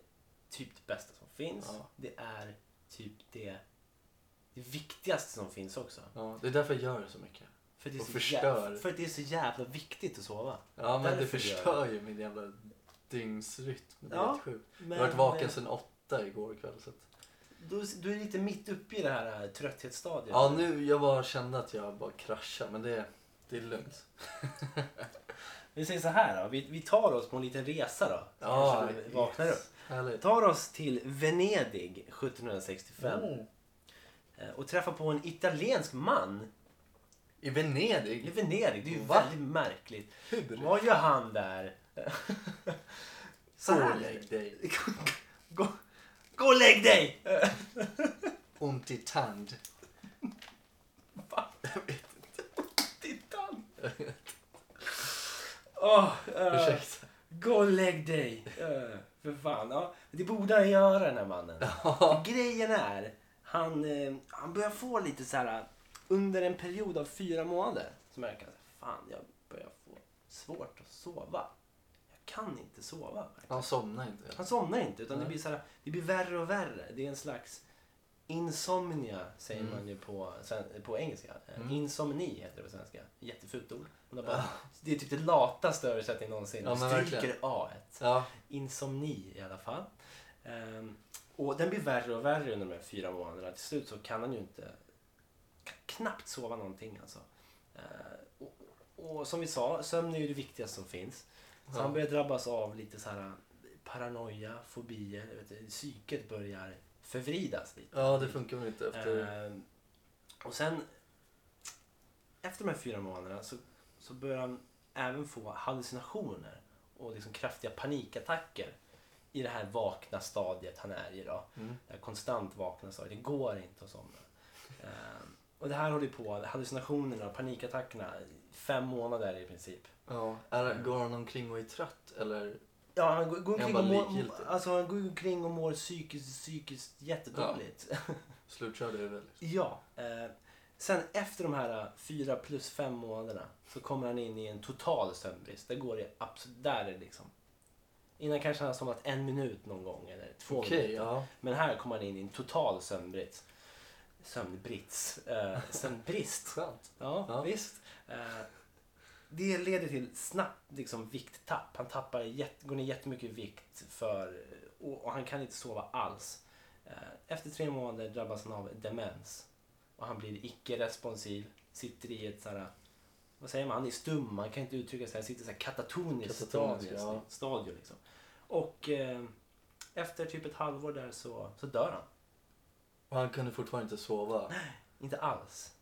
typ det bästa som finns. Ja. Det är typ det, det viktigaste som finns också. Ja, det är därför jag gör det så mycket. För, det är Och så förstör. Jävla, för att det är så jävla viktigt att sova. Ja, men det Därför gör jag förstör ju min jävla dygnsrytm. Det är Ja, helt sjukt. Men, Jag har varit vaken sedan åtta igår kväll. Så att... Du, du är lite mitt uppe i det här eh, trötthetsstadiet. Ja, nu jag bara kände att jag bara kraschade, men det, det är lugnt. Vi säger så här då. Vi, vi tar oss på en liten resa då. Så kanske du vaknar upp. Härligt. tar oss till Venedig 1765 Mm. eh, och träffar på en italiensk man I i Venedig? Venedig. Det är ju Va? väldigt märkligt. Hur? Vad gör han där? <laughs> så här. Ålägg dig. Gå, gå och lägg dig! Eh, Ont i tand. Titta! Åh, eh, <laughs> Ursäkta. gå och lägg dig! Eh, för fan. Ja, det borde han göra den här mannen. Ja. Grejen är, han, eh, han börjar få lite så här eh, under en period av fyra månader så märker han att fan, jag börjar få svårt att sova. Jag kan inte sova. Han somnar inte. Han somnar inte utan det Nej. blir, så här, det blir värre och värre. Det är en slags insomnia säger Mm. man ju på, sven- på engelska. Eh, Insomni heter det på svenska. Jättefult ord. Men det är bara, Det är typ det lataste översättningen någonsin. Ja, Ja, men Stryker verkligen. A. Ja. Insomni i alla fall. Ehm, och den blir värre och värre under de här fyra månaderna. Till slut så kan han ju inte kan knappt sova någonting alltså. Eh, och, och som vi sa, sömn är ju det viktigaste som finns. Så Ja. han börjar drabbas av lite så här paranoia, fobier. Vet du, psyket börjar förvridas lite. ja, det funkar väl inte efter... Ehm, och sen efter de här fyra månaderna så, så börjar han även få hallucinationer och liksom kraftiga panikattacker i det här vakna stadiet han är i idag. Mm. Det här konstant vakna stadiet. Det går inte att somna. Ehm, och det här håller ju på, hallucinationerna och panikattackerna, i fem månader i princip. Ja. Eh. Är, går han omkring och är trött eller? Ja, han går, går Är han omkring bara och mår, likgiltig? alltså, han går omkring och mår psykiskt, psykiskt jättedåligt. Slutkörd i huvudet? liksom? Ja. Eh, sen efter de här eh, fyra plus fem månaderna så kommer han in i en total sömnbrist. Där går det absolut, där är det liksom. Innan kanske han har somnat en minut någon gång eller två Okej, minuter. ja. Men här kommer han in i en total sömnbrist. Sömnbrits. Eh, sömnbrist. Skönt. Ja, Ja. visst. Eh, det leder till snabbt liksom, vikttapp. Han tappar jätt, går ner jättemycket i vikt för, och, och han kan inte sova alls. Eh, efter tre månader drabbas han av demens. Och han blir icke-responsiv. Sitter i ett sådär, vad säger man, han är stum. Han kan inte uttrycka sig. Han sitter i ett katatoniskt Katatoniskt, stadie. ja. stadie liksom. Och eh, efter typ ett halvår där så, så dör han. Och han kunde fortfarande inte sova. Inte alls.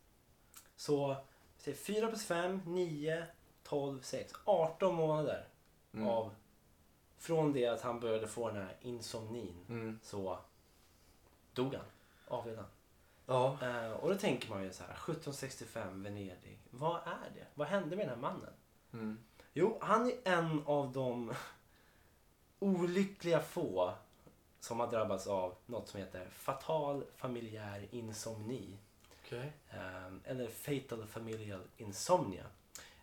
Så säg 4 plus 5, 9, 12, 6, 18 månader Mm. av från det att han började få den här insomnin Mm. så dog han. Avled han. Ja. Eh, och då tänker man ju så här, 1765 Venedig. Vad är det? Vad hände med den här mannen? Mm. Jo, han är en av de <laughs> olyckliga få som har drabbats av något som heter fatal familjär insomni. Okej. Ehm, eller Fatal Familial Insomnia.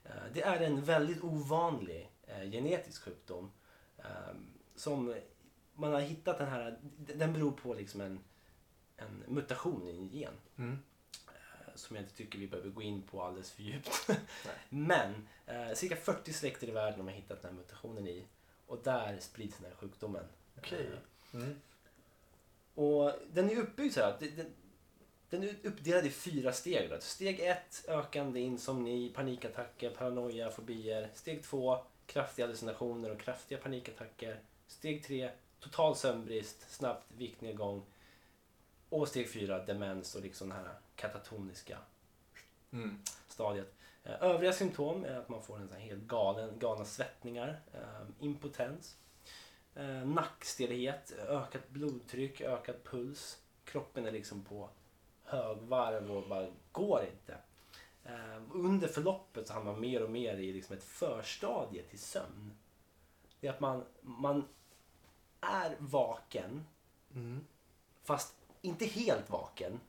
Eh, Det är en väldigt ovanlig eh, genetisk sjukdom ehm, som man har hittat den här, d- den beror på liksom en, en mutation i en gen Mm. eh, som jag inte tycker vi behöver gå in på alldeles för djupt. <laughs> Men eh, cirka 40 släkter i världen har man hittat den här mutationen i och där sprids den här sjukdomen. Okej. Eh, Mm. och den är uppbyggd så här. att det- Den, den är uppdelad i fyra steg. Då. Steg ett, ökande insomni, panikattacker, paranoia, fobier. Steg två, kraftiga hallucinationer och kraftiga panikattacker. Steg tre, total sömnbrist, snabbt viktnedgång. Och steg fyra, demens och liksom den här katatoniska Mm. stadiet. Eh, Övriga symptom är att man får en sån här helt galen, galna svettningar, eh, impotens, eh, nackstelhet, ökat blodtryck, ökad puls. Kroppen är liksom på högvarv och bara går inte. Eh, Under förloppet så hamnar man mer och mer i liksom ett förstadie till sömn. Det är att man, man är vaken Mm. fast inte helt vaken.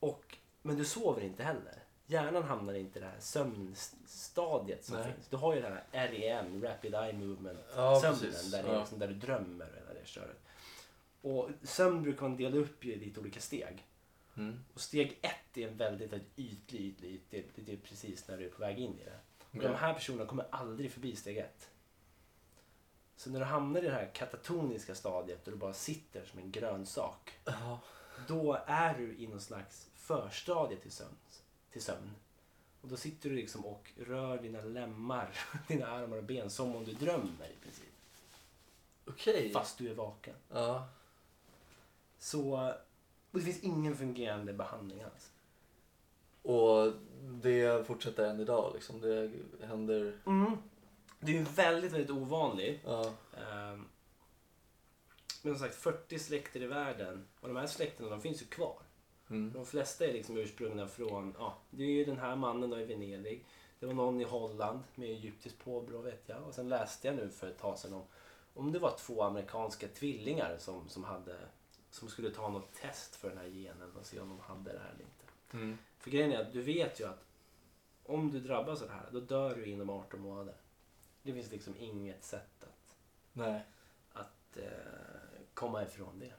Och, men du sover inte heller. Hjärnan hamnar inte i det här sömnstadiet som Nej. finns. Du har ju det här REM, Rapid Eye Movement, Ja, sömnen precis. där, det är Ja. liksom där du drömmer och hela det köret. Och sömn brukar man dela upp i lite olika steg. Mm. Och steg ett är en väldigt väldigt ytlig, ytlig, ytlig. Det- Det är precis när du är på väg in i det. Och de Ja. här personerna kommer aldrig förbi steg ett. Så när du hamnar i det här katatoniska stadiet och du bara sitter som en grönsak Ja. då är du i någon slags förstadie till sömn. Till sömn. Och då sitter du liksom och rör dina lemmar, <laughs> dina armar och ben som om du drömmer i princip. Okej. Fast du är vaken. Ja. Så och det finns ingen fungerande behandling alls. Och det fortsätter än idag liksom. Det händer... Det är ju väldigt, väldigt ovanligt. Ja. Ehm, Men som sagt, 40 släkter i världen och de här släkterna de finns ju kvar. Mm. De flesta är liksom ursprungna från, ja, det är ju den här mannen då i Venedig. Det var någon i Holland med egyptiskt påbrå vet jag. Och sen läste jag nu för ett tag sedan om, om det var två amerikanska tvillingar som, som, hade, som skulle ta något test för den här genen och se om de hade det här eller inte. Mm. För grejen är att du vet ju att om du drabbas av det här, då dör du inom 18 månader. Det finns liksom inget sätt att, Nej. att eh, komma ifrån det.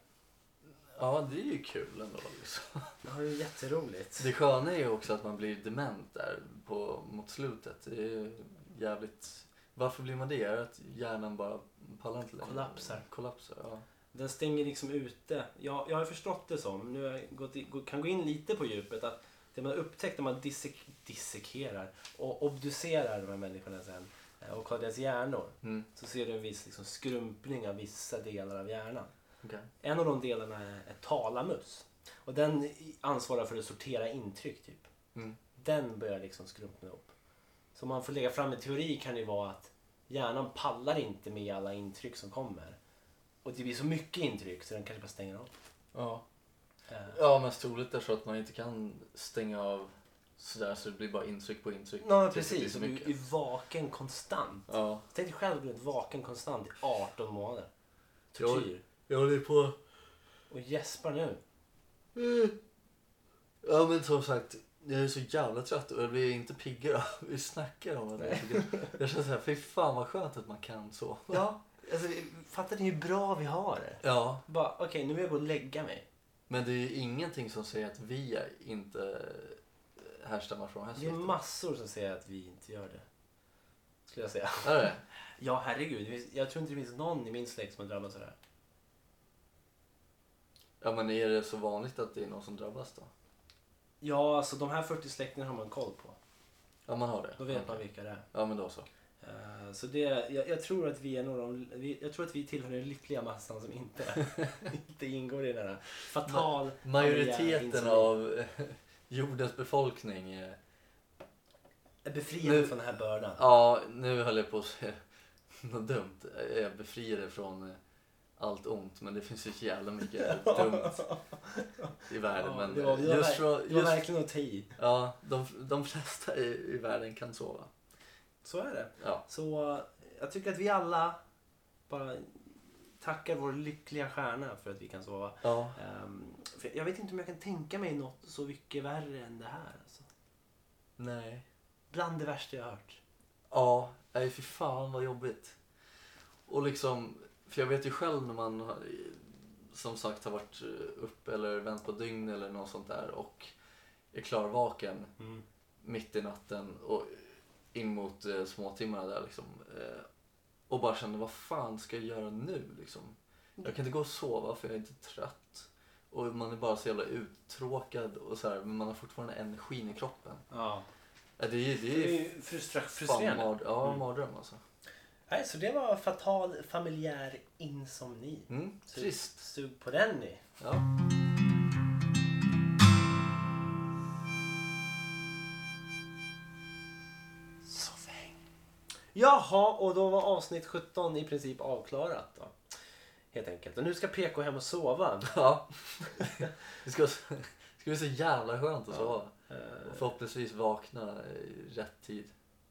Ja, det är ju kul ändå liksom. Det var ju jätteroligt. Det sköna är ju också att man blir dement där på, mot slutet. Det är ju jävligt... Varför blir man det? Är det att hjärnan bara pallar inte längre? Kollapsar. Kollapsar, ja. Den stänger liksom ute. Jag, jag har förstått det som, nu har jag gått i, gå- kan gå in lite på djupet, att det man upptäckt när man dissek, dissekerar och obducerar de här människorna sen eh, och kollar deras hjärnor Mm. så ser du en viss liksom, skrumpning av vissa delar av hjärnan. Okej. En av de delarna är, är talamus och den i- ansvarar för att sortera intryck typ. Mm. Den börjar liksom skrumpna upp. Så om man får lägga fram en teori kan det ju vara att hjärnan pallar inte med alla intryck som kommer. Och det blir så mycket intryck så den kanske bara stänger av. Ja. Eh, ja, men troligt är så att man inte kan stänga av sådär så det blir bara intryck på intryck. Ja, tills det blir precis. så Du typ är ju mycket. vaken konstant. Ja. Tänk dig själv att du är vaken konstant i 18 månader. Tortyr. Jag håller på... Och gäspar nu. Mm. Ja men som sagt, jag är så jävla trött och jag blir inte piggare av <laughs> vi snackar om det. Jag känner såhär, fy fan vad skönt att man kan så. Ja, <laughs> alltså, fattar ni hur bra vi har det? Ja, Bara, okej nu vill jag gå och lägga mig. men det är ju ingenting som säger att vi är inte eh, härstammar från Det är hästsläkten. massor som säger att vi inte gör det. Skulle jag säga. Är det? Ja, herregud. det finns- Jag tror inte det finns någon i min släkt som har drabbats av det här. Ja men är det så vanligt att det är någon som drabbas då? Ja, alltså de här 40 släkterna har man koll på. Ja man har det. Då vet man Okej. vilka det är. Ja men då så. Eh, Så det, jag, jag tror att vi är några av, vi, jag tror att vi tillhör den lyckliga massan som <laughs> inte, inte ingår i den här fatal Majoriteten insulin- av eh, <laughs> jordens befolkning eh, är befriade Nu- från den här bördan. Ja, nu höll jag på att säga <laughs> något dumt. Jag är befriade från eh, allt ont, men det finns ju så jävla mycket dumt i världen. Ja, men eh, det var- det var just verk- från, Det var just, verkligen att ta i. ja, de, de flesta i, i världen kan sova. Så är det. Ja, Så eh, jag tycker att vi alla bara tackar vår lyckliga stjärna för att vi kan sova. ja. Ehm, för jag vet inte om jag kan tänka mig något så mycket värre än det här. Alltså. nej. Bland det värsta jag har hört. Ja, nej fy fan vad jobbigt. Och liksom, för jag vet ju själv när man har- som sagt har varit eh, upp eller vänt på dygn eller något sånt där och är klarvaken Mm. mitt i natten och in mot eh, småtimmarna där liksom. Eh, och bara kände, vad fan ska jag göra nu liksom? Jag kan inte gå och sova för jag är inte trött. Och man är bara så jävla uttråkad och så här, men man har fortfarande energin i kroppen. Ja. Ja, det är, Det det är är ju frustra- fan frustrerande. mard ja, Mm. mardröm alltså. Nej, så det var fatal familjär insomni. Mm, Så- trist. Sug på den ni. Ja. Jaha, och då var avsnitt 17 i princip avklarat då. Helt enkelt. Och nu ska PK hem och sova. <laughs> Ja. Det ska, vara- det ska bli så jävla skönt att Ja. sova. Eh, Och förhoppningsvis vakna i rätt tid.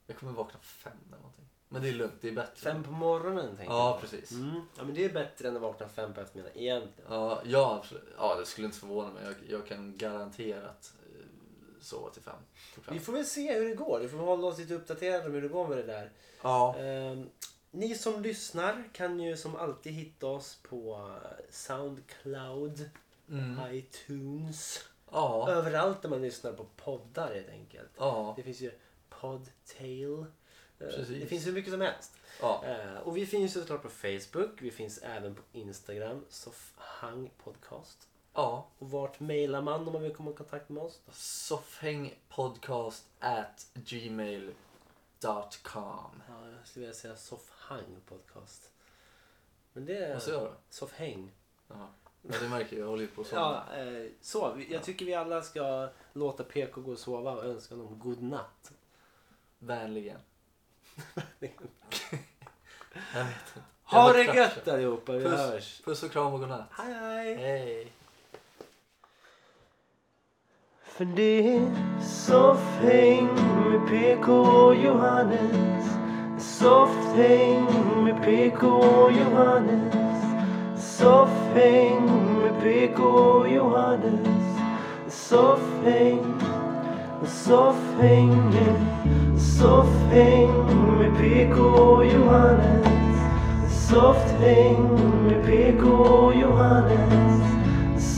Jag kommer vakna fem eller någonting. Men det är lugnt, det är bättre. Fem på morgonen tänker Ja, precis. jag. Mm. Ja, men det är bättre än att vakna fem på eftermiddagen egentligen. Ja, ja, absolut. Ja, det skulle inte förvåna mig. Jag, jag kan garanterat eh, sova till fem. till fem. Vi får väl se hur det går. Vi får väl hålla oss lite uppdaterade om hur det går med det där. Ja. Ehm, ni som lyssnar kan ju som alltid hitta oss på Soundcloud, Mm. iTunes. Ja. Överallt där man lyssnar på poddar helt enkelt. Ja. Det finns ju Podtail. Eh, Precis. Det finns hur mycket som helst. Ja. Eh, Och vi finns ju såklart på Facebook. Vi finns även på Instagram. Soffhang podcast. ja. Och vart mejlar man om man vill komma i kontakt med oss? Soffhängpodcast at gmail.com. Ja, jag skulle vilja säga Soffhang podcast. Men det är Vad säger jag då? Soffhäng. Jaha. Ja, det märker jag. Jag håller ju på att somna. Ja, eh, så. Vi- Jag tycker vi alla ska låta PK gå och sova och önska honom god natt. Vänligen. Jag vet inte. Ha var det trött. gött allihopa. Vi Puss. hörs. Puss och kram och godnatt. Hej, hej. Hej. För det är soffhäng med PK och Johannes Soffhäng med PK och Johannes Soffhäng med PK och Johannes Soffhäng, soffhäng Soffhäng med PK och Johannes Soffhäng med PK och Johannes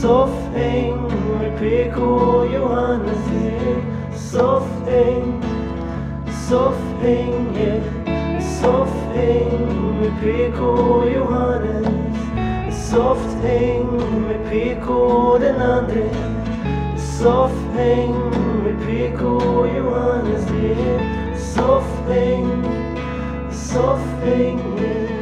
Soffhäng med PK och Johannes yeah. Soffhäng Soffhäng yeah. Soffhäng med PK och Johannes Soffhäng med PK och den andre Soffhäng med PK och Johannes yeah. Soffhäng Soffhäng yeah.